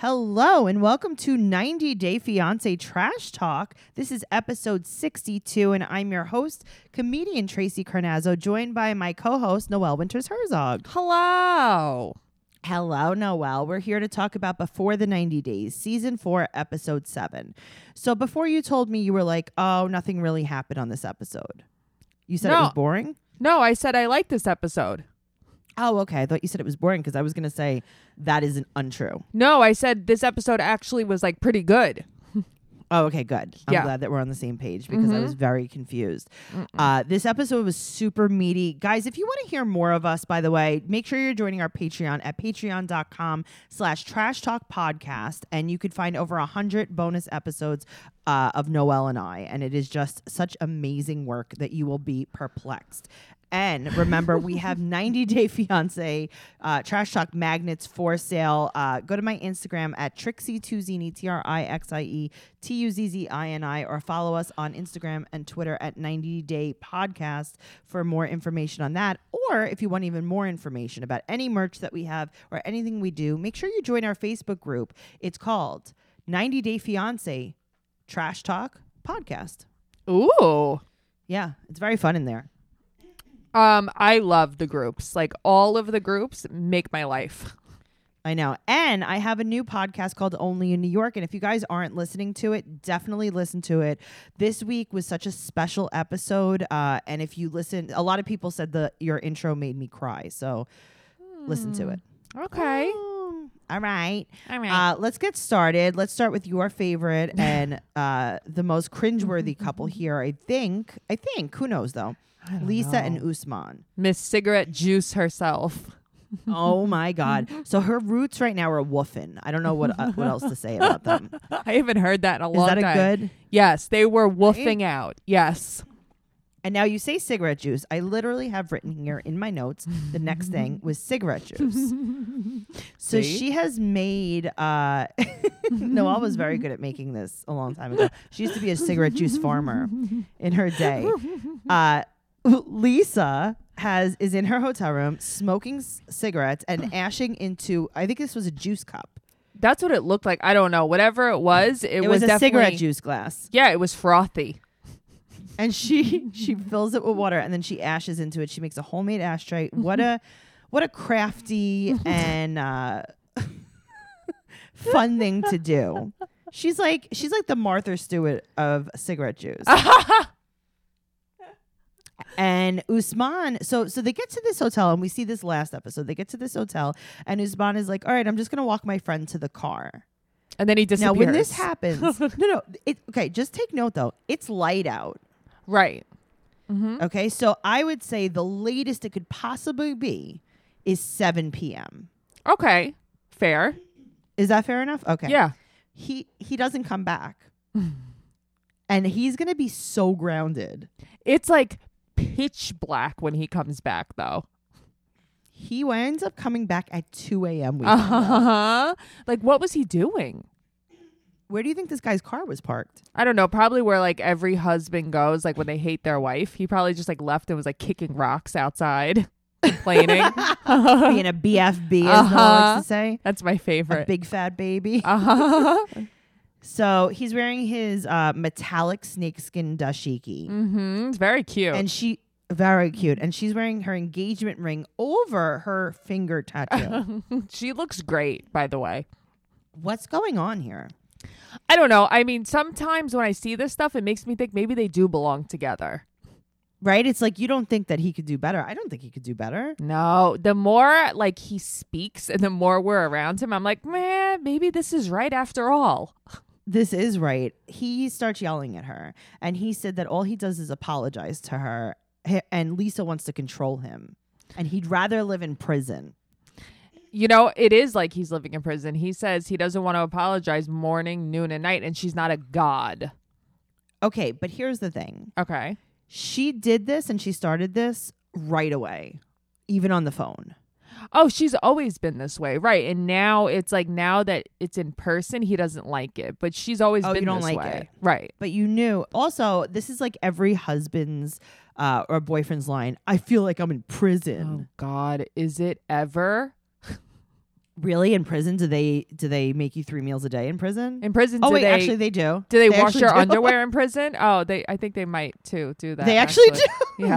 Hello and welcome to 90 Day Fiance Trash Talk. This is episode 62, and I'm your host, comedian Tracy Carnazzo, joined by my co host, Noelle Winters Herzog. Hello. Hello, Noelle. We're here to talk about Before the 90 Days, season four, episode seven. So, before you told me, you were like, oh, nothing really happened on this episode. You said it No. was boring? No, I said I like this episode. Oh, okay. I thought you said it was boring because I was going to say that isn't untrue. No, I said this episode actually was like pretty good. Oh, okay, good. I'm Yeah. glad that we're on the same page because I was very confused. Uh, this episode was super meaty. Guys, if you want to hear more of us, by the way, make sure you're joining our Patreon at patreon.com slash trash talk podcast. And you could find over a 100 bonus episodes uh, of Noel and I. And it is just such amazing work that you will be perplexed. And remember, we have 90 Day Fiance uh, Trash Talk magnets for sale. Uh, go to my Instagram at Trixie2Zini, T R I X I E T U Z Z I N I, or follow us on Instagram and Twitter at 90 Day Podcast for more information on that. Or if you want even more information about any merch that we have or anything we do, make sure you join our Facebook group. It's called 90 Day Fiance Trash Talk Podcast. Ooh. Yeah, it's very fun in there. Um, I love the groups. Like all of the groups make my life. I know. And I have a new podcast called Only in New York. And if you guys aren't listening to it, definitely listen to it. This week was such a special episode. Uh, and if you listen, a lot of people said the your intro made me cry. So listen to it. Hmm. Okay. Mm, All right. All Uh, let's get started. Let's start with your favorite and uh, the most cringeworthy couple here. I think. I think. Who knows though? Lisa and Usman. Miss Cigarette Juice herself. Oh my God! So her roots right now are woofing. I don't know what uh, what else to say about them. I haven't heard that in a Is long that time. a good? Yes, they were woofing out. Yes. And now you say cigarette juice. I literally have written here in my notes the next thing was cigarette juice. so See? she has made. Uh, Noelle was very good at making this a long time ago. She used to be a cigarette juice farmer in her day. Uh, Lisa has is in her hotel room smoking s- cigarettes and ashing into. I think this was a juice cup. That's what it looked like. I don't know. Whatever it was, it, It, was, a cigarette definitely- juice glass. Yeah, it was frothy. and she she fills it with water and then she ashes into it she makes a homemade ashtray what a what a crafty and uh fun thing to do she's like she's like the martha stewart of cigarette juice and usman so so they get to this hotel and we see this last episode they get to this hotel and usman is like all right i'm just gonna walk my friend to the car And then he now disappears. when this happens no no Oh, it, okay just take note though it's light out Right. Mm-hmm. Okay, so I would say the latest it could possibly be is 7 p.m. Okay. Fair. Is that fair enough? Okay. Yeah. He he doesn't come back. and he's going to be so grounded. It's like pitch black when he comes back, though. He ends up coming back at 2 a.m. we Uh found out. huh. Like, what was he doing? Where do you think this guy's car was parked? I don't know. Probably where like every husband goes, like when they hate their wife. He probably just like left and was like kicking rocks outside, complaining. Being a BFB, as Noah Uh-huh. likes to say. That's my A favorite. big fat baby. uh huh. so he's wearing his uh, metallic snakeskin dashiki. mm-hmm. It's very cute. and she very cute and she's wearing her engagement ring over her finger tattoo she looks great, by the way. what's going on here I don't know. I mean, sometimes when I see this stuff, it makes me think maybe they do belong together. right it's like you don't think that he could do better i don't think he could do better No, the more like he speaks and the more we're around him, I'm like, man, maybe this is right after all. this is right he starts yelling at her and he said that all he does is apologize to her H- and lisa wants to control him and he'd rather live in prison You know, it is like he's living in prison. He says he doesn't want to apologize morning, noon, and night, and she's not a god. okay but here's the thing Okay. she did this and she started this right away even on the phone Oh, she's always been this way. Right. And now it's like now that it's in person, he doesn't like it. But she's always Oh, you been don't this like way. it. Right. but you knew also this is like every husband's uh, or boyfriend's Oh. line i feel like i'm in prison Oh God, is it ever? really in prison do they do they make you three meals a day in prison? In prison, oh do wait, they, actually they do. do they, wash actually your do. underwear in prison? Oh, they. I think they might too do that. They actually, do. Yeah.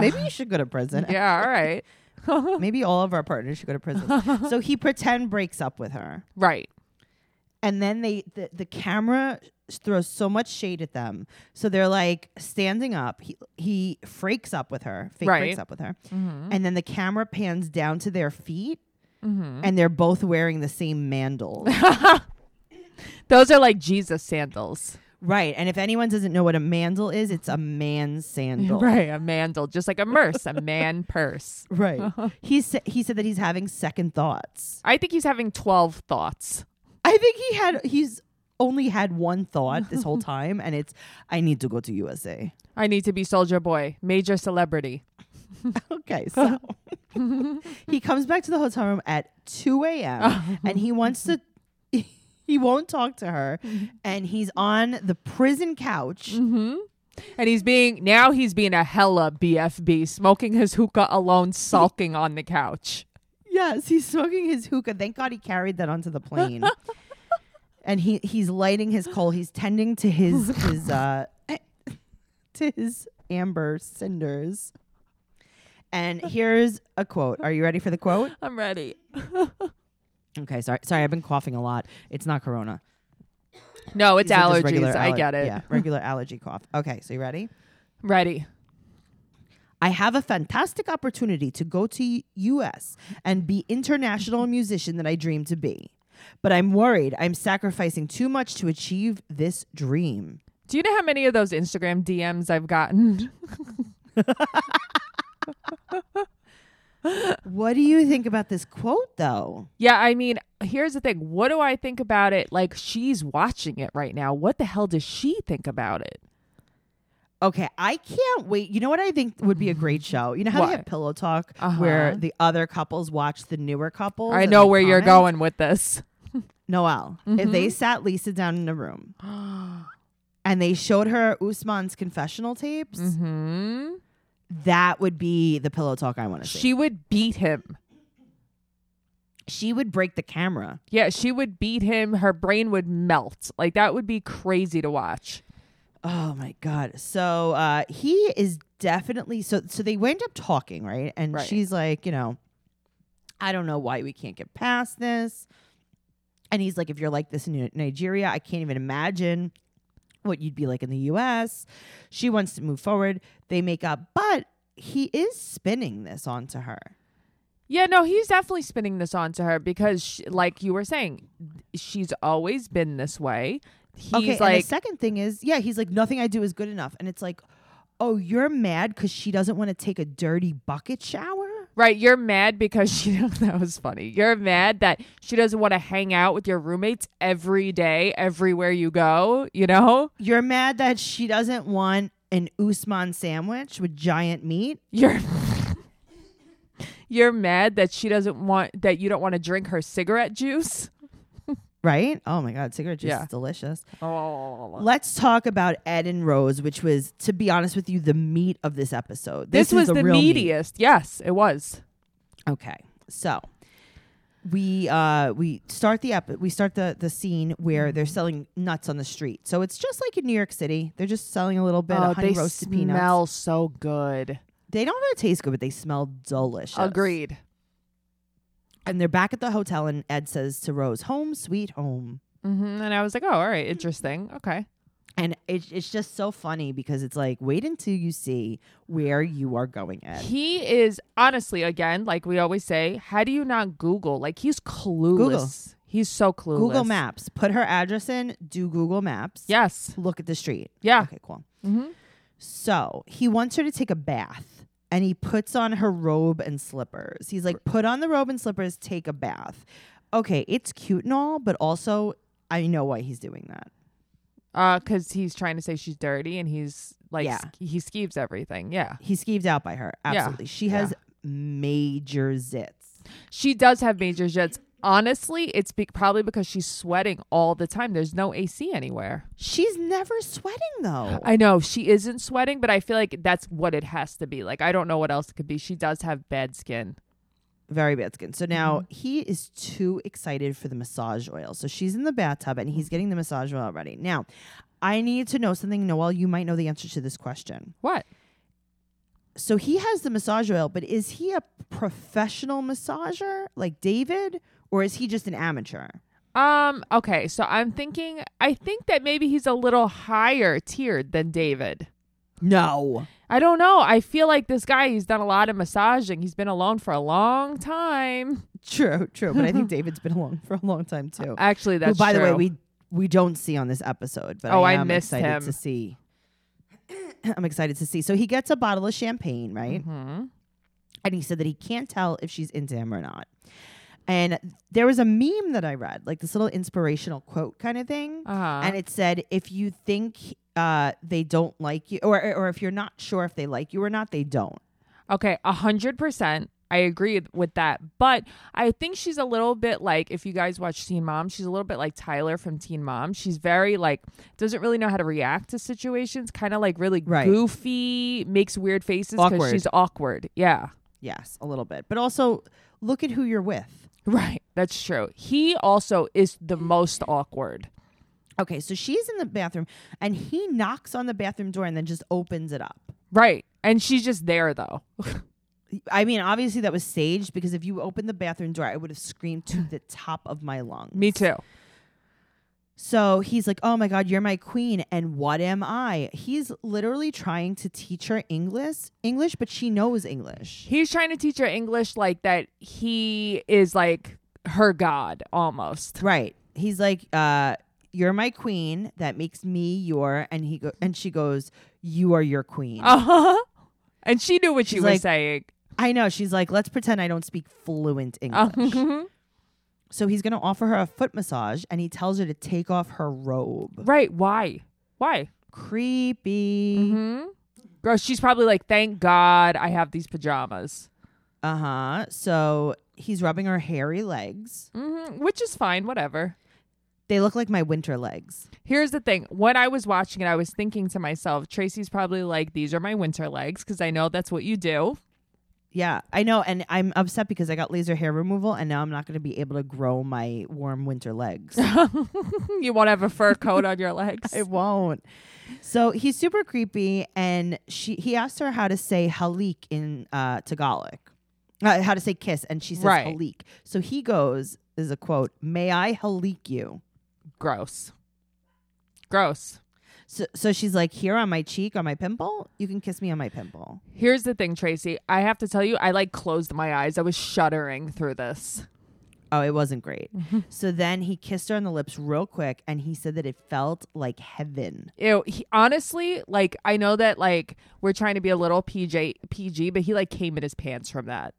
Maybe you should go to prison. Yeah. All right. Maybe all of our partners should go to prison. so he pretend breaks up with her. Right. and then they the, the camera s- throws so much shade at them so they're like standing up he he freaks up with her fake breaks Right. up with her Mm-hmm. and then the camera pans down to their feet Mm-hmm. and they're both wearing the same mandals Those are like Jesus sandals. right and if anyone doesn't know what a mandal is it's a man's sandal Right. A mandal, just like a merce, a man purse. right he sa- he said that he's having second thoughts I think he's having 12 thoughts. i think he had he's only had one thought this whole time and it's i need to go to usa I need to be Soldier Boy, major celebrity. Okay, so he comes back to the hotel room at 2 a.m. and he wants to, he won't talk to her. And he's on the prison couch. And he's being, now he's being a hella BFB, smoking his hookah alone, sulking on the couch. Yes, he's smoking his hookah. Thank God he carried that onto the plane. and he he's lighting his coal. He's tending to his his uh to his amber cinders. And here's a quote. Are you ready for the quote? I'm ready. Okay, sorry. Sorry, I've been coughing a lot. It's not corona. No, it's These are just allergies. regular I aller- get it. Yeah, regular allergy cough. Okay, so you ready? Ready. I have a fantastic opportunity to go to US and be international musician that I dream to be. But I'm worried I'm sacrificing too much to achieve this dream. Do you know how many of those Instagram DMs I've gotten? What do you think about this quote though? Yeah, I mean, here's the thing. What do I think about it? Like, she's watching it right now. What the hell does she think about it? Okay, I can't wait. You know what I think would be a great show? You know how they What? have pillow talk Uh-huh. where the other couples watch the newer couples? I and know they where you're comment? going Mm-hmm. with this. Noelle, if they sat Lisa down in a room and they showed her Usman's confessional tapes, hmm that would be the pillow talk I want to see. Mm-hmm. She, She would beat him. would break the camera. Yeah, she would beat him. Her brain would melt. Like, that would be crazy to watch. Oh my god! So uh, he is definitely so. So they wind up talking, right? And Right. she's like, you know, I don't know why we can't get past this. And he's like, if you're like this in Nigeria, I can't even imagine what you'd be like in the U.S. She wants to move forward. They make up, but he is spinning this onto her. Yeah, no, he's definitely spinning this on to her because, sh like you were saying, she's always been this way. He's okay, and like, the second thing is, yeah, he's like, nothing I do is good enough, and it's like, oh, you're mad because she doesn't want to take a dirty bucket shower. right, you're mad because she, that was funny. You're mad that she doesn't want to hang out with your roommates every day, everywhere you go, you know? You're mad that she doesn't want an Usman sandwich with giant meat. You're. You're mad that she doesn't want that you don't want to drink her cigarette juice. Right? Oh my God, cigarette juice Yeah. is delicious. Oh. Let's talk about Ed and Rose, which was, to be honest with you, the meat of this episode. This, is was the real meat. meatiest. Yes, it was. Okay, so we uh we start the ep- we start the the scene where Mm-hmm. they're selling nuts on the street. So it's just like in New York City. They're just selling a little bit of honey Oh, they roasted peanuts. smell so good. They don't really taste good, but they smell delicious. Agreed. And they're back at the hotel, and Ed says to Rose, "Home, sweet home." hmm And I was like, oh, all right, interesting. Okay. And it, it's just so funny because it's like, wait until you see where you are going at. He is honestly, again, like we always say, how do you not Google? Like he's clueless. He's so clueless. Google Maps. Put her address in, do Google Maps. Yes. Look at the street. Yeah. Okay, cool. hmm So he wants her to take a bath and he puts on her robe and slippers. He's like, put on the robe and slippers, take a bath. Okay, it's cute and all, but also I know why he's doing that. Uh, because he's trying to say she's dirty, and he's like, Yeah. sk- he skeeves everything. Yeah. He's skeeved out by her. Yeah. Absolutely. She has major zits. She does have major jets. Honestly, it's be- probably because she's sweating all the time. There's no AC anywhere. She's never sweating though. I know she isn't sweating, but I feel like that's what it has to be. Like I don't know what else it could be. She does have bad skin. Very bad skin. So now Mm-hmm. he is too excited for the massage oil. So she's in the bathtub and Mm-hmm. he's getting the massage oil ready. Now, I need to know something, Noel. You might know the answer to this question. What? So he has the massage oil, but is he a professional massager like David, or is he just an amateur? Um. Okay. So I'm thinking. I think that maybe he's a little higher tiered than David. No. I don't know. I feel like this guy. He's done a lot of massaging. He's been alone for a long time. True, true. But I think David's been along for a long time too. Actually, Oh. Who, Uh, that's by the way, true. we we don't see on this episode, but Oh, I I am missed excited him. to see. I'm excited to see. So he gets a bottle of champagne, right? Mhm. And he said that he can't tell if she's into him or not. And there was a meme that I read, like this little inspirational quote kind of thing, Uh-huh. and it said, "If you think uh, they don't like you, or or if you're not sure if they like you or not, they don't." Okay, a hundred percent. I agree with that. But I think she's a little bit like if you guys watch Teen Mom, she's a little bit like Tyler from Teen Mom. She's very like doesn't really know how to react to situations, kinda like really Right. goofy, makes weird faces Awkward. because she's awkward. Yeah. Yes, a little bit, but also look at who you're with. Right. That's true. He also is the most awkward. Okay, so she's in the bathroom and he knocks on the bathroom door and then just opens it up. Right. And she's just there though. I mean, obviously that was staged because if you opened the bathroom door, I would have screamed to the top of my lungs. Me too. So he's like, "Oh my god, you're my queen and what am I?" He's literally trying to teach her English, English, but she knows English. He's trying to teach her English like that he is like her god almost. Right. He's like, uh, "You're my queen, that makes me your." And he go- and she goes, "You are your queen." Uh huh. And she knew what she She's was like, saying. I know. She's like, "Let's pretend I don't speak fluent English." Uh-huh. So he's going to offer her a foot massage and he tells her to take off her robe. right. Why? Why? Creepy. hmm Girl, she's probably like, thank God I have these pajamas. Uh huh. So he's rubbing her hairy legs. hmm Which is fine. Whatever. They look like my winter legs. Here's the thing. When I was watching it, I was thinking to myself, Tracy's probably like, these are my winter legs because I know that's what you do. Yeah, I know. And I'm upset because I got laser hair removal and now I'm not going to be able to grow my warm winter legs. you won't have a fur coat on your legs. I won't. So he's super creepy and she he asked her how to say halik in uh, Tagalog, uh, how to say kiss. And she says Right. halik. So he goes, this is a quote, may I halik you? Gross. Gross. So, so she's like, here on my cheek, on my pimple, you can kiss me on my pimple. Here's the thing, Tracy. I have to tell you, I like closed my eyes. I was shuddering through this. Oh, it wasn't great. so then he kissed her on the lips real quick, and he said that it felt like heaven. Ew, he, honestly, like I know that like we're trying to be a little PJ PG, but he like came in his pants from that.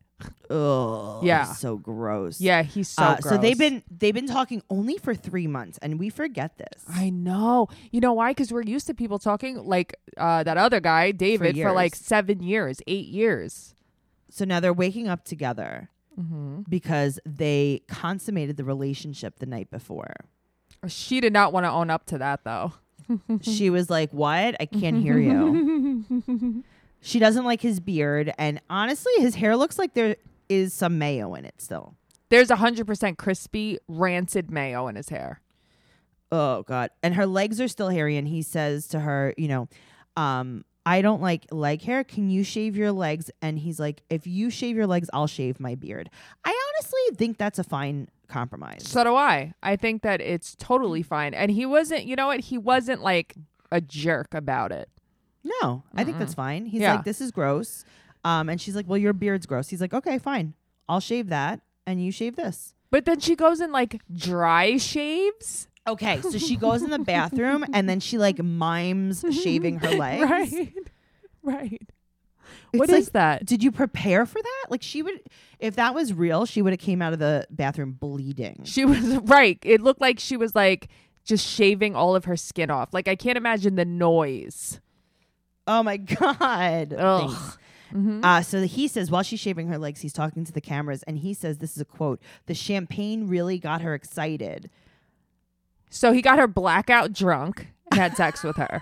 Ugh, Yeah. so gross. Yeah, he's so Uh, gross. so they've been they've been talking only for three months, and we forget this. I know. You know why? Because we're used to people talking like uh, that other guy, David, for, years. like seven years, eight years. So now they're waking up together because they consummated the relationship the night before. She did not want to own up to that though. she was like, "What? I can't hear you." she doesn't like his beard, and honestly, his hair looks like there is some mayo in it still. There's a hundred percent crispy, rancid mayo in his hair. Oh God! And her legs are still hairy, and he says to her, "You know, um, I don't like leg hair. Can you shave your legs?" And he's like, "If you shave your legs, I'll shave my beard." I honestly think that's a fine compromise. So do I. I think that it's totally fine. And he wasn't. You know what? He wasn't like a jerk about it. No, I think that's fine. He's Yeah. like, "This is gross," um, and she's like, "Well, your beard's gross." He's like, "Okay, fine. I'll shave that, and you shave this." But then she goes and like dry shaves. Okay, so she goes in the bathroom and then she like mimes shaving her legs. Right. Right. It's What is like, that? Did you prepare for that? Like she would if that was real, she would have came out of the bathroom bleeding. She was right. It looked like she was like just shaving all of her skin off. Like I can't imagine the noise. Oh my god. Ugh. Thanks. Uh, so he says while she's shaving her legs, he's talking to the cameras and he says this is a quote, the champagne really got her excited. So he got her blackout drunk and had sex with her.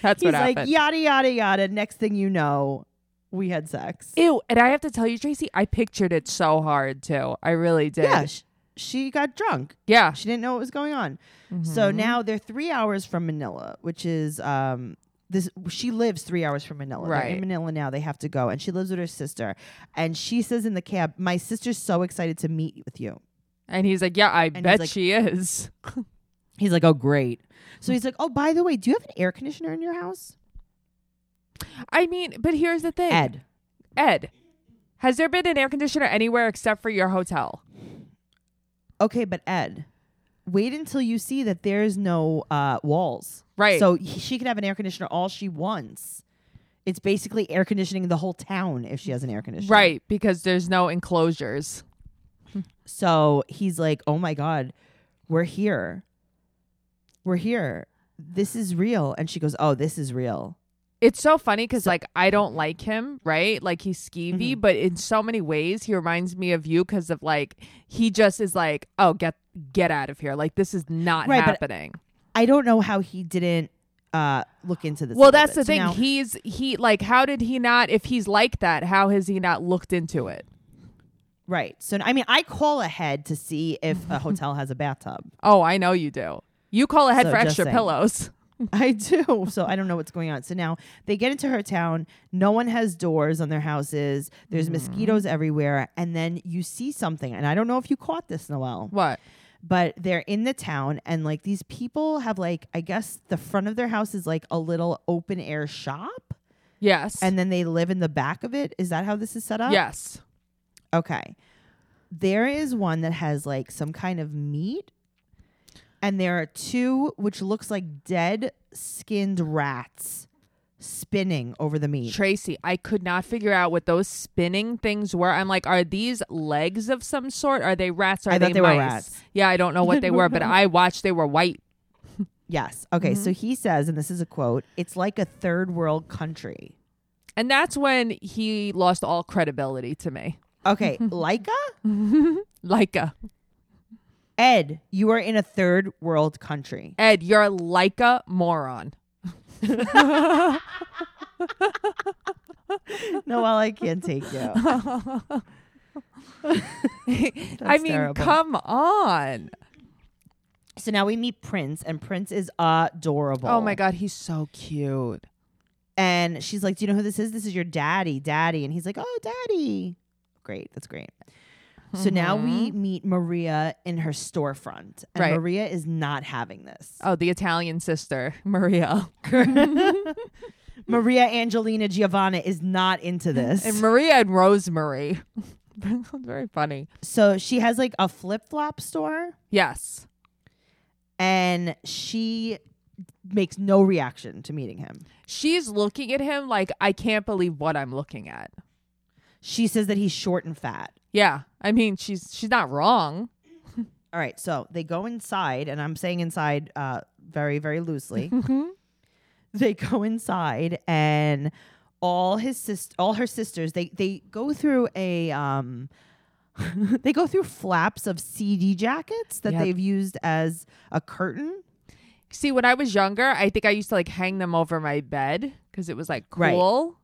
That's He's what like happened. yada yada yada. Next thing you know, we had sex. Ew. And I have to tell you, Tracy, I pictured it so hard too. I really did. yeah, sh- she got drunk. Yeah. She didn't know what was going on. So Mm-hmm. now they're three hours from Manila, which is um this she lives three hours from Manila. They're Right. in Manila now, they have to go. And she lives with her sister. And she says in the cab, My sister's so excited to meet with you. And he's like, Yeah, I he's bet like- she is. He's like, Oh great. So he's like, Oh, by the way, do you have an air conditioner in your house? I mean, but here's the thing Ed. Ed, has there been an air conditioner anywhere except for your hotel? Okay, but Ed, wait until you see that there's no uh, walls. Right. So he- she could have an air conditioner all she wants. It's basically air conditioning the whole town if she has an air conditioner. Right. Because there's no enclosures. So he's like, oh my God, we're here. We're here. This is real. And she goes, oh, this is real. It's so funny because, like, I don't like him, right? Like, he's skeevy, Mm-hmm. but in so many ways, he reminds me of you because of like he just is like, oh, get get out of here! Like, this is not Right, but- happening. I don't know how he didn't uh, look into this. a Well, little that's bit. the So thing. now- he's he like, how did he not? If he's like that, how has he not looked into it? right. So, I mean, I call ahead to see if a hotel has a bathtub. Oh, I know you do. You call ahead So, for just extra saying. pillows. I do. So I don't know what's going on. So now they get into her town. No one has doors on their houses. There's mosquitoes everywhere. And then you see something. And I don't know if you caught this, Noelle, What? but they're in the town. And like these people have, like, I guess the front of their house is like a little open air shop. Yes. And then they live in the back of it. Is that how this is set up? yes. Okay. There is one that has like some kind of meat. And there are two which looks like dead skinned rats spinning over the meat. Tracy, I could not figure out what those spinning things were. I'm like, are these legs of some sort? Are they rats? Are I they thought they were mice? rats. Yeah, I don't know what they were, but I watched. They were white. Yes. Okay. So he says, and this is a quote it's like a third world country. And that's when he lost all credibility to me. Okay. Leica? Leica. Ed, you are in a third world country. Ed, you're a Leica moron. Noelle, I can't take you. I mean, terrible. come on. so now we meet Prince, and Prince is adorable. Oh my God, he's so cute. And she's like, Do you know who this is? This is your daddy, daddy. And he's like, Oh, daddy. Great. That's great. So now we meet Maria in her storefront. And Mm-hmm. Right. Maria is not having this. Oh, the Italian sister, Maria. Maria Angelina Giovanna is not into this. And Maria and Rosemary. Very funny. so she has like a flip flop store Yes. and she makes no reaction to meeting him. She's looking at him like, I can't believe what I'm looking at. She says that he's short and fat. Yeah. I mean, she's she's not wrong. All right, so they go inside, and I'm saying inside uh, very, very loosely. Mm-hmm. they go inside, and all his sis- all her sisters, they they go through a um, they go through flaps of CD jackets that Yeah. they've used as a curtain. See, when I was younger, I think I used to like hang them over my bed because it was like Right. cool.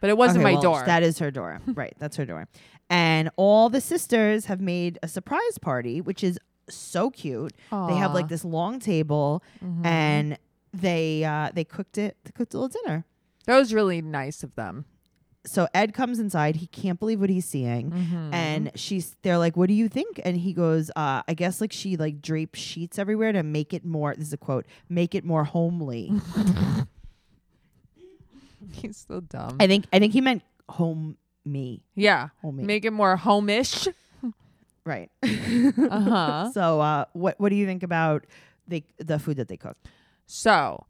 But it wasn't Okay, my well, door. That is her door. right, that's her door. And all the sisters have made a surprise party, which is so cute. They have Aw. Mm-hmm. like this long table, and they uh, they cooked it. They cooked a little dinner. that was really nice of them. so Ed comes inside. He can't believe what he's seeing, Mm-hmm. and she's they're like, "What do you think?" And he goes, uh, "I guess like she like drapes sheets everywhere to make it more." This is a quote: "Make it more homely." He's so dumb. I think I think he meant home me, yeah. homey, Make it more homish. right? Uh huh. so, uh, what what do you think about the the food that they cooked? So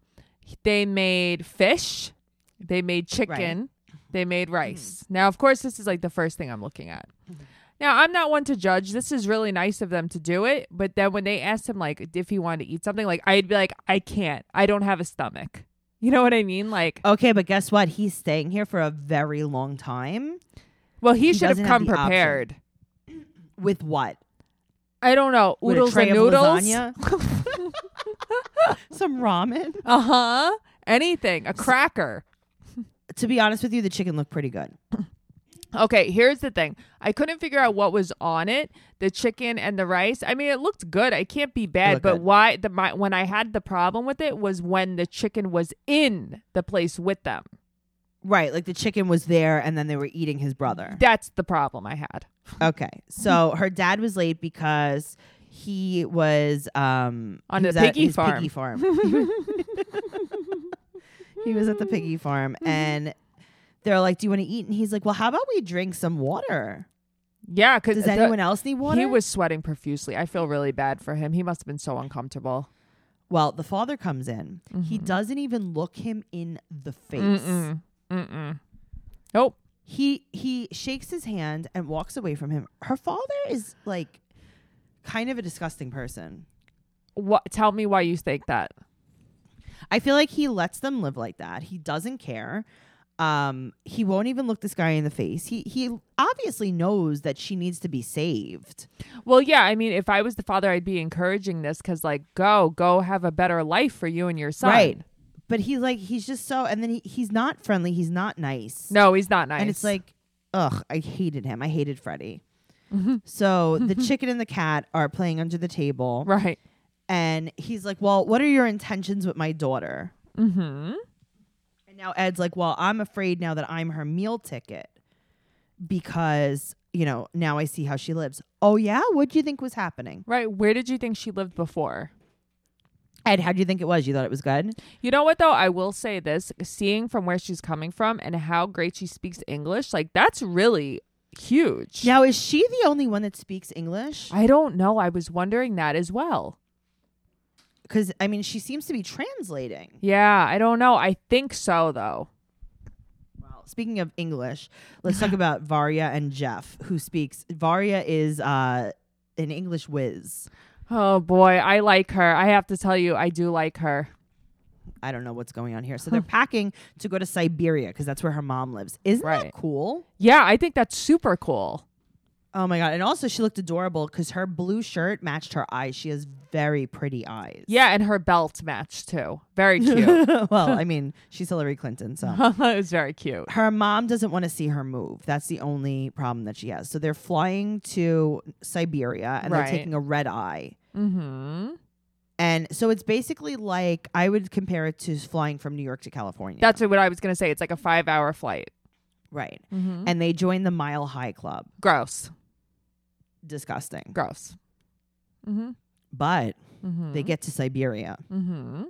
they made fish, they made chicken, they Mm-hmm. made rice. Now, of course, this is like the first thing I'm looking at. Now, I'm not one to judge. This is really nice of them to do it. But then when they asked him, like, if he wanted to eat something, like, I'd be like, I can't. I don't have a stomach. You know what I mean? Like, Okay, but guess what? He's staying here for a very long time. well, he, he should have doesn't have come the option. prepared. With what? I don't know. With a Oodles tray and of noodles. lasagna? Some ramen. Uh huh. Anything. A Uh-huh. cracker. to be honest with you, the chicken looked pretty good. Okay, here's the thing. I couldn't figure out what was on it, the chicken and the rice. I mean, it looked good. I can't be bad, looked but good. why the my, when I had the problem with it was when the chicken was in the place with them. Right, like the chicken was there and then they were eating his brother. That's the problem I had. Okay. So her dad was late because he was um On he the was at piggy his Piggy farm. he was at the piggy farm and they're like, "Do you want to eat?" And he's like, "Well, how about we drink some water? Yeah, cuz Does anyone else need water?" He was sweating profusely. I feel really bad for him. He must have been so uncomfortable. well, the father comes in. He doesn't even look him in the face. Mm-mm. Mm-mm. Nope. He he shakes his hand and walks away from him. Her father is like kind of a disgusting person. What tell me why you think that. I feel like he lets them live like that. He doesn't care. Um, he won't even look this guy in the face. He he obviously knows that she needs to be saved. Well, yeah. I mean, if I was the father, I'd be encouraging this because, like, go, go have a better life for you and your son. Right. But he's like he's just so and then he, he's not friendly, he's not nice. No, he's not nice. And it's like, ugh, I hated him. I hated Freddie. So the chicken and the cat are playing under the table. right. And he's like, Well, what are your intentions with my daughter? Mm-hmm. And now Ed's like, well, I'm afraid now that I'm her meal ticket because, you know, now I see how she lives. Oh, yeah? What do you think was happening? Right. Where did you think she lived before? Ed, how do you think it was? You thought it was good? You know what, though? I will say this seeing from where she's coming from and how great she speaks English, like, that's really huge. Now, is she the only one that speaks English? I don't know. I was wondering that as well. Because, I mean, she seems to be translating. Yeah. I don't know. I think so, though. Well, speaking of English, let's talk about Varya and Jeff, who speaks. Varya is uh, an English whiz. Oh, boy. I like her. I have to tell you, I do like her. I don't know what's going on here. So they're packing to go to Siberia because that's where her mom lives. Isn't Right. that cool? Yeah. I think that's super cool. Oh my god! And also, she looked adorable because her blue shirt matched her eyes. She has very pretty eyes. Yeah. And her belt match, too. Very cute. Uh-huh. well, I mean, she's Hillary Clinton, so it was very cute. her mom doesn't want to see her move. That's the only problem that she has. So they're flying to Siberia and Right. they're taking a red eye. Mm-hmm. And so it's basically like I would compare it to flying from New York to California. That's what I was gonna say. It's like a five-hour flight. right. Mm-hmm. And they join the Mile High Club. Gross, Disgusting. gross. Mm-hmm. But Mm-hmm. they get to Siberia mm-hmm.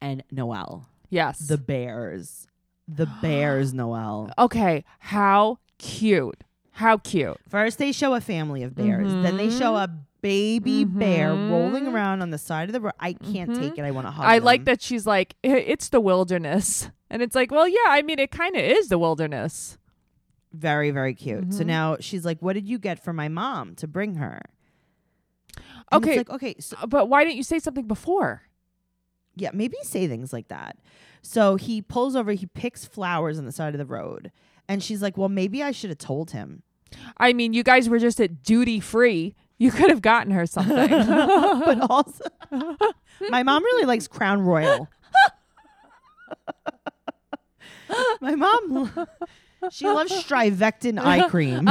and Noel, Yes. the bears, the bears, Noel. okay. How cute. How cute. First, they show a family of bears. Then they show Mm-hmm. a baby bear Mhm. rolling around on the side of the road. I can't Mhm. take it. I want to hug. I like them. that she's like, "I- it's the wilderness, and it's like, well, yeah. I mean, it kind of is the wilderness. Very, very cute. So Mhm. now she's like, "What did you get for my mom to bring her?" And Okay. It's like, okay, so Uh, But why didn't you say something before? yeah, maybe say things like that. So he pulls over. He picks flowers on the side of the road, and she's like, "Well, maybe I should have told him." I mean, you guys were just at duty free. You could have gotten her something. But also, my mom really likes Crown Royal. my mom, lo- she loves Strivectin eye cream.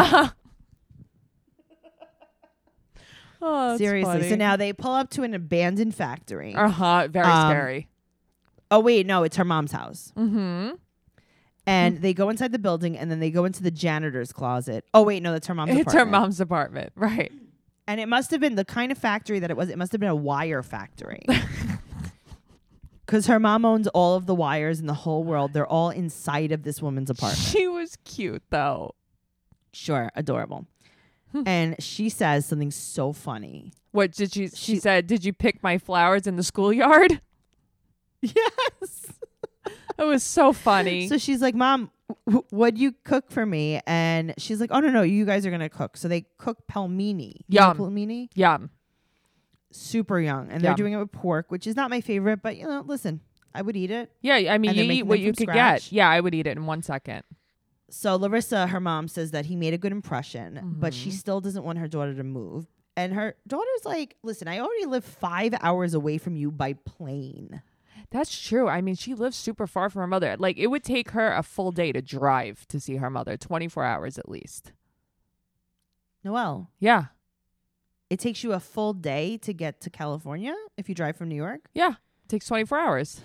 Oh, that's Seriously. funny. So now they pull up to an abandoned factory. Uh huh. Very Um, scary. oh, wait, no, it's her mom's house. Mm-hmm. And they go inside the building and then they go into the janitor's closet. Oh, wait, no, that's her mom's It's her apartment. mom's apartment, right? And it must have been the kind of factory that it was. It must have been a wire factory. Because her mom owns all of the wires in the whole world. They're all inside of this woman's apartment. She was cute though. Sure, adorable. Hmm. and she says something so funny. What did she, she? She- said, "Did you pick my flowers in the schoolyard?" Yes. It was so funny. So she's like, Mom, w- what'd you cook for me? And she's like, Oh, no, no, you guys are going to cook. So they cook pelmeni. You know Yum. Pelmeni? Yum. Super young. And they're Yum. doing it with pork, which is not my favorite, but you know, listen, I would eat it. Yeah, I mean, And they're you eat making what them you from could get. scratch? Yeah, I would eat it in one second. So Larissa, her mom, says that he made a good impression, but she Mm-hmm. still doesn't want her daughter to move. And her daughter's like, Listen, I already live five hours away from you by plane. That's true. I mean, she lives super far from her mother. Like, it would take her a full day to drive to see her mother, 24 hours at least. Noelle, Yeah. it takes you a full day to get to California if you drive from New York. Yeah. It takes 24 hours.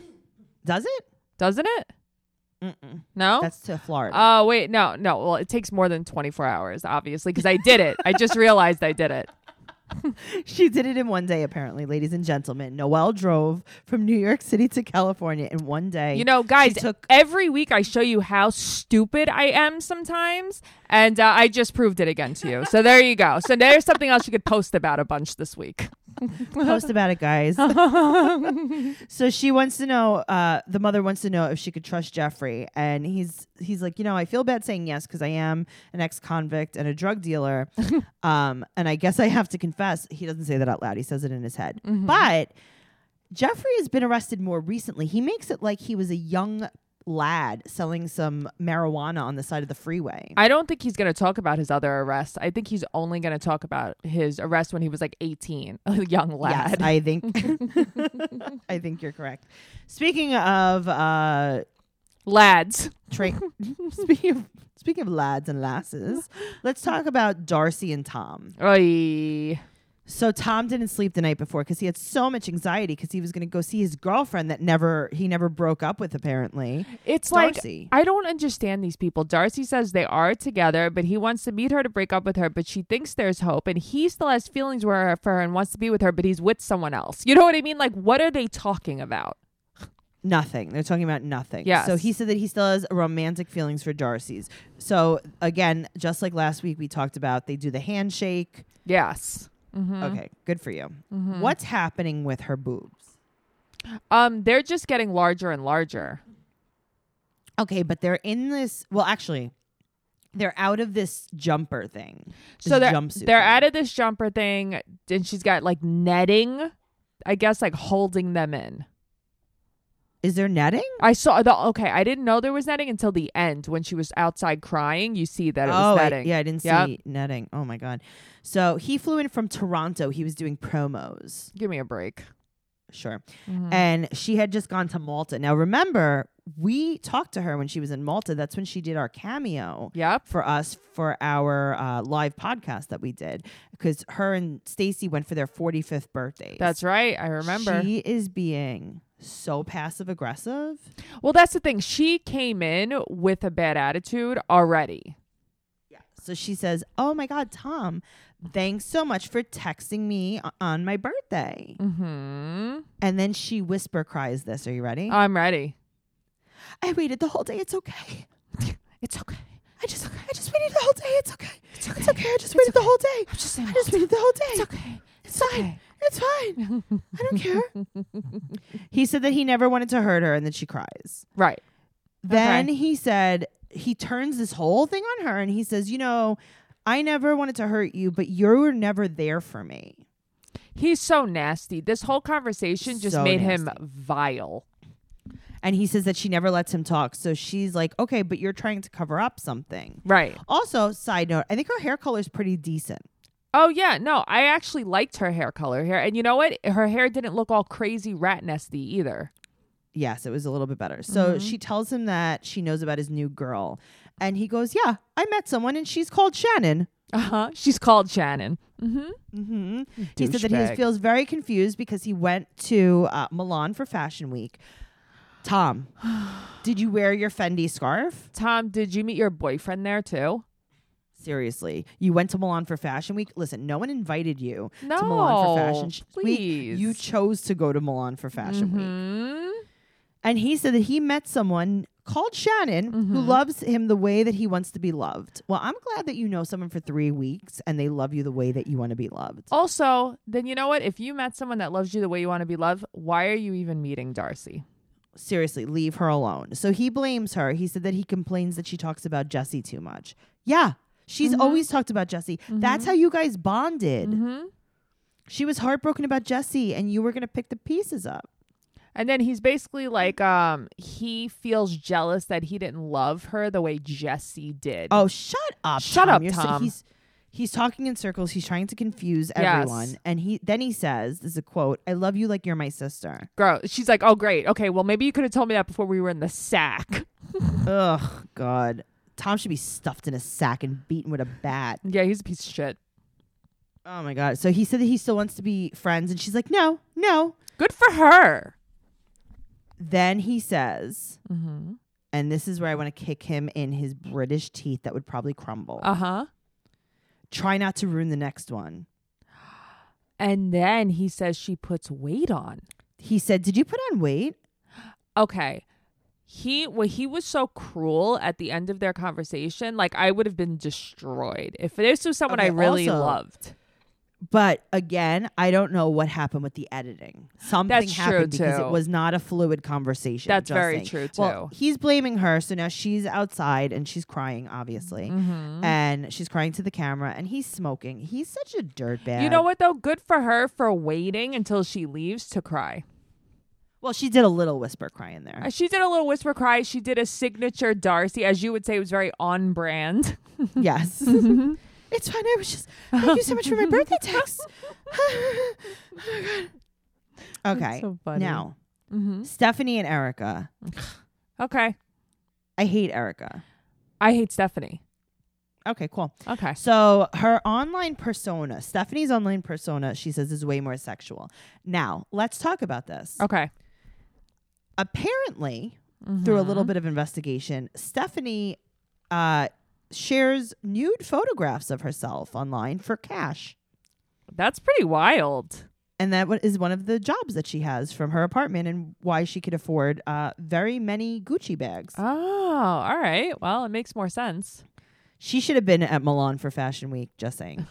Does it? Doesn't it? Mm-mm. No? That's to Florida. Oh, wait. No, no. Well, it takes more than 24 hours, obviously, because I did it. I just realized I did it. she did it in one day, apparently, ladies and gentlemen. Noelle drove from New York City to California in one day. You know, guys, took- every week I show you how stupid I am sometimes, and uh, I just proved it again to you. So there you go. So there's something else you could post about a bunch this week. post about it, guys. so she wants to know. Uh, the mother wants to know if she could trust Jeffrey, and he's he's like, you know, I feel bad saying yes because I am an ex-convict and a drug dealer, um, and I guess I have to confess. He doesn't say that out loud. He says it in his head, Mm-hmm. but. Jeffrey has been arrested more recently. He makes it like he was a young lad selling some marijuana on the side of the freeway. I don't think he's going to talk about his other arrests. I think he's only going to talk about his arrest when he was like 18, a young lad. Yes, I think I think you're correct. Speaking of uh Lads. train speaking of speaking of lads and lasses, let's talk about Darcy and Tom. Oy. So Tom didn't sleep the night before because he had so much anxiety because he was going to go see his girlfriend that never he never broke up with apparently. It's Darcy. like I don't understand these people. Darcy says they are together, but he wants to meet her to break up with her, but she thinks there's hope, and he still has feelings for her, for her and wants to be with her, but he's with someone else. You know what I mean? Like, what are they talking about? Nothing. They're talking about nothing. Yes. So he said that he still has romantic feelings for Darcy's. So again, just like last week we talked about, they do the handshake. Yes. hmm Okay, good for you. What's happening with her boobs? Um, they're just getting larger and larger. Okay, but they're in this. Well, actually, they're out of this jumper thing. so this they're jumpsuit they're thing. out of this jumper thing, and she's got like netting, I guess, like holding them in. Is there netting? I saw the okay. I didn't know there was netting until the end when she was outside crying. You see that it was oh, I- netting. yeah, I didn't Yep. see netting. Oh my god. So he flew in from Toronto. He was doing promos. Give me a break. Sure. Mm-hmm. And she had just gone to Malta. Now remember, we talked to her when she was in Malta. That's when she did our cameo. Yep. for us for our uh, live podcast that we did because her and Stacy went for their 45th birthdays. That's right. I remember. She is being so passive aggressive. well, that's the thing. She came in with a bad attitude already. So she says, "Oh my god, Tom, thanks so much for texting me o- on my birthday." hmm And then she whisper cries this, "Are you ready?" I'm ready. I waited the whole day. It's okay. It's okay. I just I just waited the whole day. It's okay. It's okay. I just It's waited the okay. whole day. I'm just I saying. just waited the whole day. It's okay. It's fine. It's fine. I don't care. he said that he never wanted to hurt her and that she cries. Right. Then he said, he turns this whole thing on her and he says, You know, I never wanted to hurt you, but you were never there for me. He's so nasty. This whole conversation just So made him nasty. vile. And he says that she never lets him talk. So she's like, Okay, but you're trying to cover up something. Right. Also, side note, I think her hair color is pretty decent. Oh yeah, no, I actually liked her hair color here, and you know what? Her hair didn't look all crazy rat nesty either. Yes, it was a little bit better. So she tells him that she knows about his new girl. And he goes, Yeah, I met someone and she's called Shannon. Uh Uh-huh. huh. She's called Shannon. Mm-hmm. hmm He said that he Douchebag. feels very confused because he went to uh, Milan for Fashion Week. Tom, did you wear your Fendi scarf? Tom, did you meet your boyfriend there too? Seriously, you went to Milan for Fashion Week. Listen, no one invited you No, to Milan for Fashion sh- Week. please. You chose to go to Milan for Fashion Week, Hmm? and he said that he met someone called Shannon Mm-hmm. who loves him the way that he wants to be loved. Well, I'm glad that you know someone for three weeks and they love you the way that you want to be loved. Also, then you know what? If you met someone that loves you the way you want to be loved, why are you even meeting Darcy? seriously, leave her alone. So he blames her. He said that he complains that she talks about Jesse too much. Yeah, she's Mm-hmm. always talked about Jesse. That's how you guys bonded. Mm-hmm. She was heartbroken about Jesse, and you were going to pick the pieces up. And then he's basically like, um, he feels jealous that he didn't love her the way Jesse did. Oh, shut up. Shut Tom. up, You're so- Tom. he's, He's talking in circles. He's trying to confuse Yes. everyone. And he then he says, "This is a quote. I love you like you're my sister." Girl, she's like, oh great, okay. Well, maybe you could have told me that before we were in the sack. Ugh, God. Tom should be stuffed in a sack and beaten with a bat. Yeah, he's a piece of shit. Oh my God. So he said that he still wants to be friends, and she's like, "No, no." Good for her. Then he says, Mm-hmm. and this is where I want to kick him in his British teeth that would probably crumble. Uh huh. Try not to ruin the next one. And then he says she puts weight on. He said, "Did you put on weight?" Okay. He well, he was so cruel at the end of their conversation. Like I would have been destroyed if this was someone Okay, I really also- loved. But again, I don't know what happened with the editing. Something That's true, happened because too. it was not a fluid conversation. That's just very saying. true, Well, too. he's blaming her, so now she's outside and she's crying, obviously, Mm-hmm. and she's crying to the camera, and he's smoking. He's such a dirtbag. You know what though? Good for her for waiting until she leaves to cry. Well, she did a little whisper cry in there. Uh, She did a little whisper cry. She did a signature Darcy, as you would say, it was very on brand. yes. it's fine. I was just thank you so much for my birthday text. oh my god. Okay. so funny. Now, Mhm. Stephanie and Erica. Okay, I hate Erica. I hate Stephanie. Okay, cool. Okay, So her online persona, Stephanie's online persona, she says is way more sexual. Now, let's talk about this. okay. Apparently, through a little bit of investigation, Stephanie uh, shares nude photographs of herself online for cash. That's pretty wild. And that wa- is one of the jobs that she has from her apartment and why she could afford uh, very many Gucci bags. Oh, all right. Well, it makes more sense. She should have been at Milan for Fashion Week, just saying.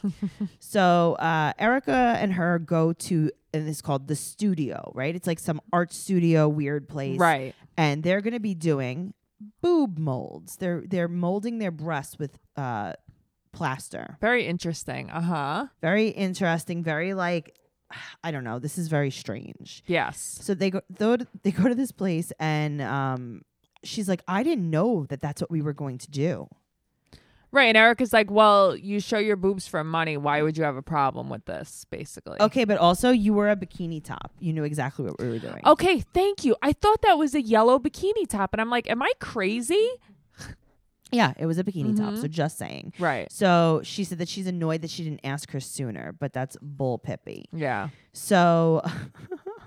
so uh, Erica and her go to, and it's called the studio, right? It's like some art studio, weird place. Right. And they're going to be doing boob molds. They're, they're molding their breasts with uh, plaster. Very interesting. Uh huh. Very interesting, very like, I don't know, this is very strange. Yes. So they go, though they go to this place and um, she's like, I didn't know that that's what we were going to do. Right. And Erica's like, well, you show your boobs for money. Why would you have a problem with this, basically? Okay, but also you were a bikini top. You knew exactly what we were doing. Okay. Thank you. I thought that was a yellow bikini top. And I'm like, am I crazy? Yeah, it was a bikini top. Mm-hmm. So just saying. Right. So she said that she's annoyed that she didn't ask her sooner, but that's bull pippy. Yeah. So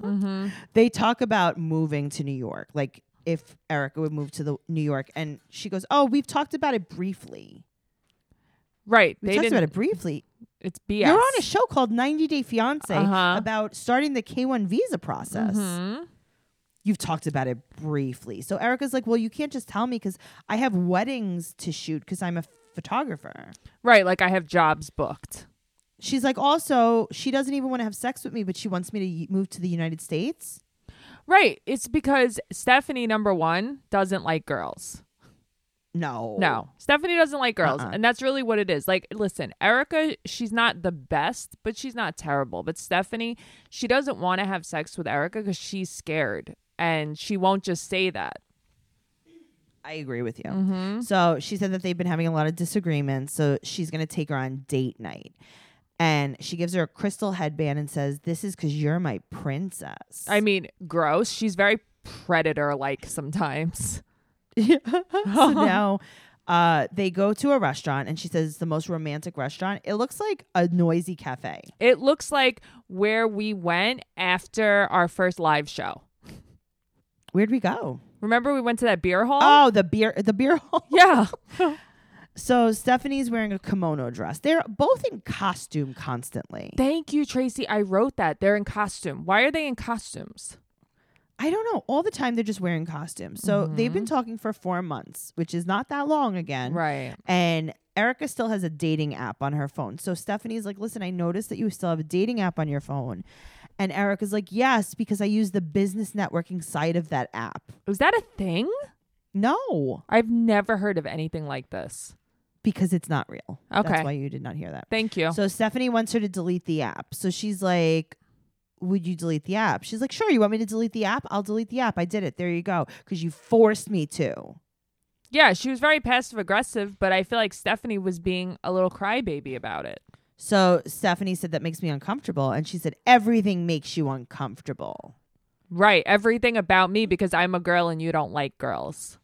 Mm-hmm. they talk about moving to New York, like if Erica would move to the New York, and she goes, "Oh, we've talked about it briefly. Right. We they talked didn't. about it briefly. It's BS. You're on a show called 90 Day Fiance Uh-huh. about starting the K1 visa process." Mhm. you've talked about it briefly. So Erica's like, well, you can't just tell me because I have weddings to shoot because I'm a photographer. Right. Like I have jobs booked. She's like, also, she doesn't even want to have sex with me, but she wants me to y- move to the United States. Right. It's because Stephanie, number one, doesn't like girls. No, No, Stephanie doesn't like girls, Uh-uh. and that's really what it is. Like, listen, Erica, she's not the best, but she's not terrible. But Stephanie, she doesn't want to have sex with Erica because she's scared, and she won't just say that. I agree with you. Mm-hmm. So she said that they've been having a lot of disagreements. So she's going to take her on date night. And she gives her a crystal headband and says, This is because you're my princess. I mean, gross. She's very predator-like sometimes. so now uh, they go to a restaurant and she says it's the most romantic restaurant. It looks like a noisy cafe. It looks like where we went after our first live show. Where'd we go? Remember, we went to that beer hall. Oh, the beer the beer hall. yeah. So Stephanie's wearing a kimono dress. They're both in costume constantly. Thank you, Tracy. I wrote that. They're in costume. Why are they in costumes? I don't know. All the time they're just wearing costumes. So they've been talking for four months, which is not that long again. Right. And Erica still has a dating app on her phone. So Stephanie's like, listen, I noticed that you still have a dating app on your phone. And Erica's like, yes, because I use the business networking side of that app. Is that a thing? No, I've never heard of anything like this. because it's not real. Okay. That's why you did not hear that. Thank you. So Stephanie wants her to delete the app. So she's like, would you delete the app? She's like, sure. You want me to delete the app? I'll delete the app. I did it. There you go. Because you forced me to. yeah, she was very passive aggressive, but I feel like Stephanie was being a little crybaby about it. So Stephanie said, That makes me uncomfortable. And she said, Everything makes you uncomfortable. Right. Everything about me because I'm a girl and you don't like girls.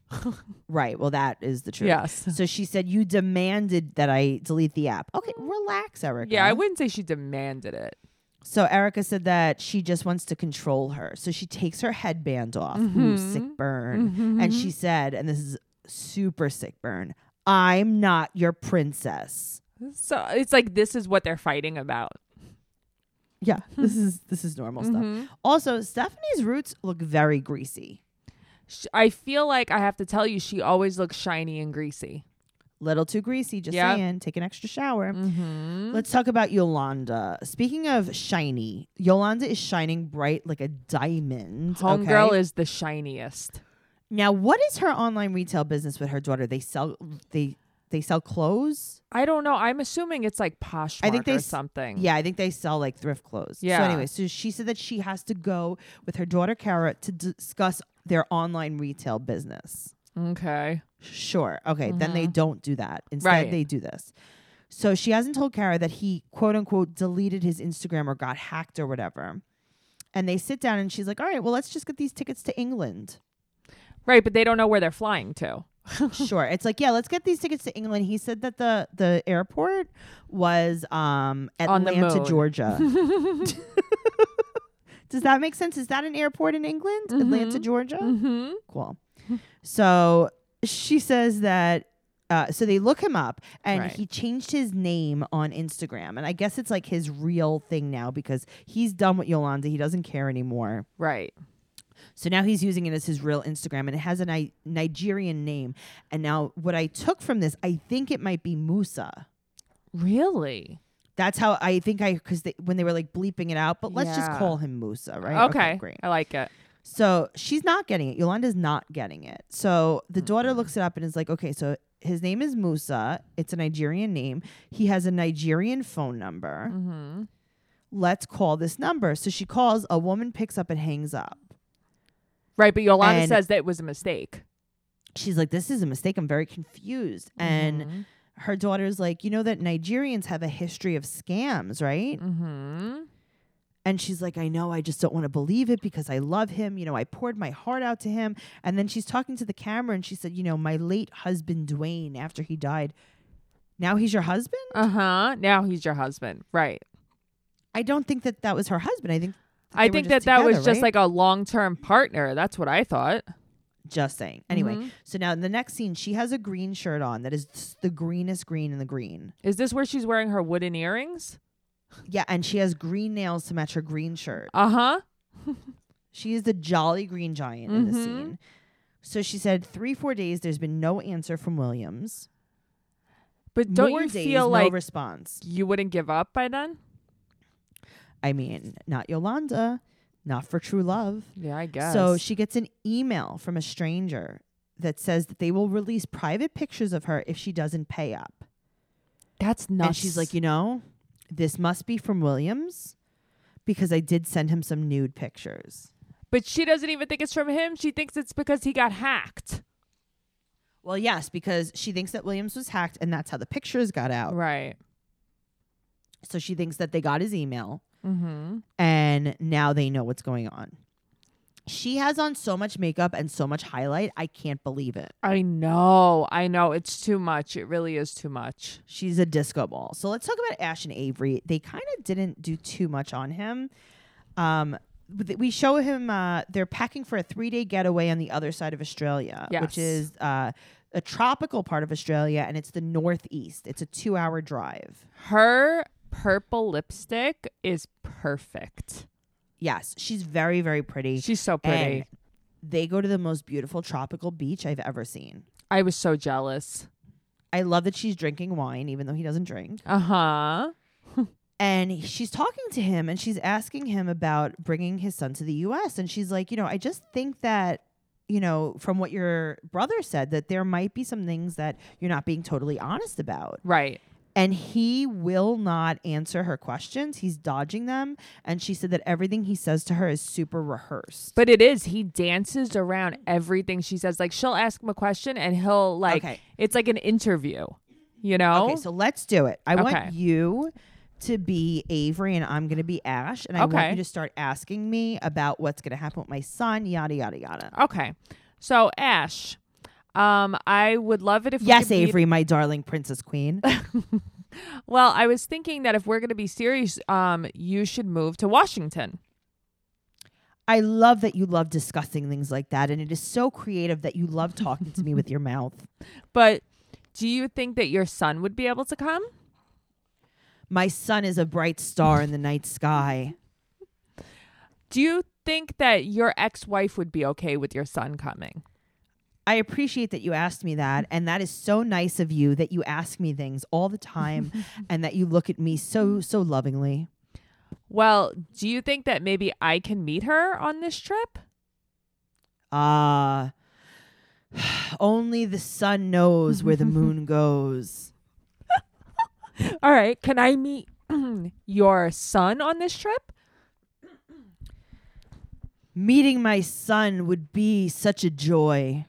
Right. Well, that is the truth. Yes. So she said, You demanded that I delete the app. Okay, relax, Erica. Yeah, I wouldn't say she demanded it. So Erica said that she just wants to control her. So she takes her headband off. Ooh, sick burn. And she said, and this is super sick burn, I'm not your princess. So it's like this is what they're fighting about. Yeah, this is this is normal stuff. Also, Stephanie's roots look very greasy. Sh- I feel like I have to tell you, she always looks shiny and greasy. Little too greasy, just Yep. saying. Take an extra shower. Mm-hmm. Let's talk about Yolanda. Speaking of shiny, Yolanda is shining bright like a diamond. Homegirl okay? is the shiniest. Now, what is her online retail business with her daughter? They sell they they sell clothes. I don't know. I'm assuming it's like Poshmark I think they or s- something. Yeah, I think they sell like thrift clothes. Mm. Yeah. So anyway, so she said that she has to go with her daughter Kara to discuss their online retail business. Okay. Sure. Okay. Then they don't do that. Instead, Mm-hmm. Right. they do this. So she hasn't told Kara that he quote unquote deleted his Instagram or got hacked or whatever. And they sit down and she's like, "All right, well, let's just get these tickets to England." Right, but they don't know where they're flying to. sure. It's like, yeah, let's get these tickets to England. He said that the the airport was um On the Atlanta, moon. Georgia. Does that make sense? Is that an airport in England? Atlanta, Georgia? Mm-hmm. Cool. So she says that uh, so they look him up and Right. he changed his name on Instagram. And I guess it's like his real thing now because he's done with Yolanda. He doesn't care anymore. Right. So now he's using it as his real Instagram and it has a Ni- Nigerian name. And now what I took from this, I think it might be Musa. Really? That's how I think I, because they, when they were like bleeping it out, but let's just Yeah. call him Musa, right? Okay. great. I like it. So she's not getting it. Yolanda's not getting it. So Mm-hmm. the daughter looks it up and is like, okay, so his name is Musa. It's a Nigerian name. He has a Nigerian phone number. Mm-hmm. Let's call this number. So she calls, a woman picks up and hangs up. Right, but Yolanda And- says that it was a mistake. She's like, this is a mistake. I'm very confused. And Mhm. her daughter's like, you know that Nigerians have a history of scams, right? Mm-hmm. And she's like, I know, I just don't want to believe it because I love him. You know, I poured my heart out to him. And then she's talking to the camera and she said, you know, my late husband Dwayne, after he died, now he's your husband. Uh huh. Now he's your husband. Right. I don't think that that was her husband. I think that I they were think that just that was together, just right? like a long term partner. That's what I thought. just saying. Anyway, Mhm. so now in the next scene, she has a green shirt on that is the greenest green in the green. Is this where she's wearing her wooden earrings? Yeah, and she has green nails to match her green shirt. Uh huh. She is the jolly green giant in the Mhm. scene. So she said, three, four days, there's been no answer from Williams. But don't More you days, feel no like response? you wouldn't give up by then? I mean, not Yolanda, not for true love. Yeah, I guess. So she gets an email from a stranger that says that they will release private pictures of her if she doesn't pay up. that's nuts. And she's like, you know, this must be from Williams because I did send him some nude pictures. but she doesn't even think it's from him. She thinks it's because he got hacked. Well, yes, because she thinks that Williams was hacked and that's how the pictures got out. Right. So she thinks that they got his email Mm-hmm. and now they know what's going on. She has on so much makeup and so much highlight. I can't believe it. I know. I know. It's too much. It really is too much. She's a disco ball. So let's talk about Ash and Avery. They kind of didn't do too much on him. Um, but we show him uh, they're packing for a three day getaway on the other side of Australia, Yes. which is uh, a tropical part of Australia and it's the northeast. It's a two hour drive. Her purple lipstick is perfect. Yes, she's very, very pretty. She's so pretty. and they go to the most beautiful tropical beach I've ever seen. I was so jealous. I love that she's drinking wine, even though he doesn't drink. Uh huh. And she's talking to him and she's asking him about bringing his son to the US. And she's like, you know, I just think that, you know, from what your brother said, that there might be some things that you're not being totally honest about. Right. and he will not answer her questions. He's dodging them. And she said that everything he says to her is super rehearsed. But it is. He dances around everything she says. Like she'll ask him a question and he'll like Okay. it's like an interview. You know? Okay, so let's do it. I Oh. Okay. want you to be Avery and I'm going to be Ash. And I want Okay. you to start asking me about what's going to happen with my son, yada, yada, yada. Okay. So Ash, um, I would love it if we Yes, could be- Avery, my darling princess queen. well, I was thinking that if we're going to be serious, um, you should move to Washington. I love that you love discussing things like that. And it is so creative that you love talking to me with your mouth. But do you think that your son would be able to come? My son is a bright star in the night sky. Do you think that your ex-wife would be okay with your son coming? I appreciate that you asked me that. And that is so nice of you that you ask me things all the time and that you look at me so, so lovingly. Well, do you think that maybe I can meet her on this trip? Ah, only the sun knows where the moon goes. All right, can I meet your son on this trip? Meeting my son would be such a joy.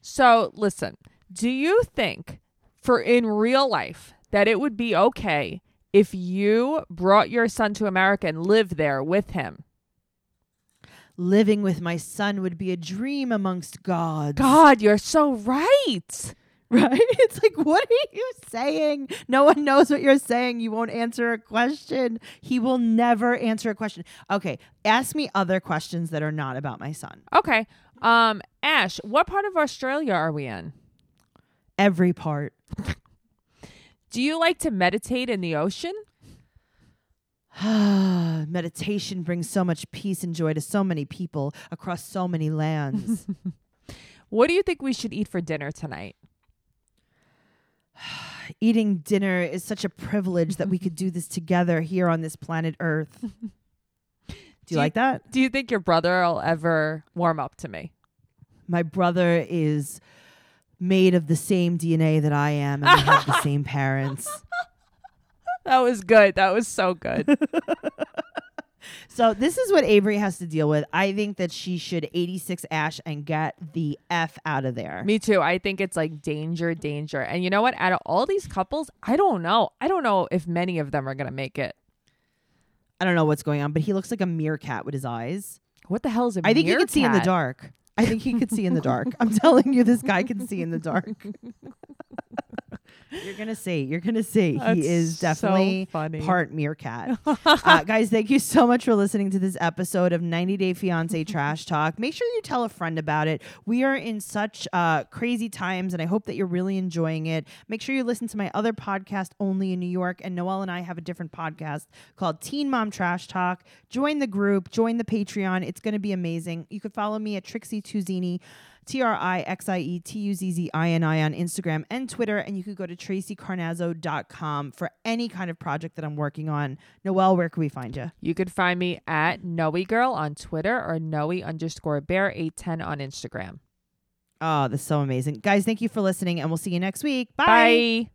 So, listen, do you think for in real life that it would be okay if you brought your son to America and lived there with him? Living with my son would be a dream amongst gods. God, you're so right. Right? It's like, what are you saying? No one knows what you're saying. You won't answer a question. He will never answer a question. Okay, ask me other questions that are not about my son. Okay. Um, Ash, what part of Australia are we in? Every part. Do you like to meditate in the ocean? Meditation brings so much peace and joy to so many people across so many lands. What do you think we should eat for dinner tonight? Eating dinner is such a privilege that we could do this together here on this planet Earth. Do you Do you- like that? Do you think your brother will ever warm up to me? My brother is made of the same DNA that I am, and we have the same parents. That was good. That was so good. So this is what Avery has to deal with. I think that she should 86 Ash and get the F out of there. Me too. I think it's like danger, danger. And you know what? Out of all these couples, I don't know. I don't know if many of them are going to make it. I don't know what's going on, but he looks like a meerkat with his eyes. What the hell is a I think he could see in the meerkat? dark. I think he could see in the dark. I'm telling you, this guy can see in the dark. you're gonna see. You're gonna see. That's he is so definitely funny. part meerkat. uh, guys, thank you so much for listening to this episode of 90 Day Fiance Trash Talk. Make sure you tell a friend about it. We are in such uh, crazy times, and I hope that you're really enjoying it. Make sure you listen to my other podcast, Only in New York, and Noelle and I have a different podcast called Teen Mom Trash Talk. Join the group. Join the Patreon. It's going to be amazing. You can follow me at Trixie Tuzini. T R I X I E T U Z Z I N I on Instagram and Twitter. And you could go to tracycarnazzo.com for any kind of project that I'm working on. Noelle, where can we find you? You could find me at Noe Girl on Twitter or Noe underscore Bear eight ten on Instagram. Ah, Oh, that's so amazing. Guys, thank you for listening, and we'll see you next week. Bye. Bye.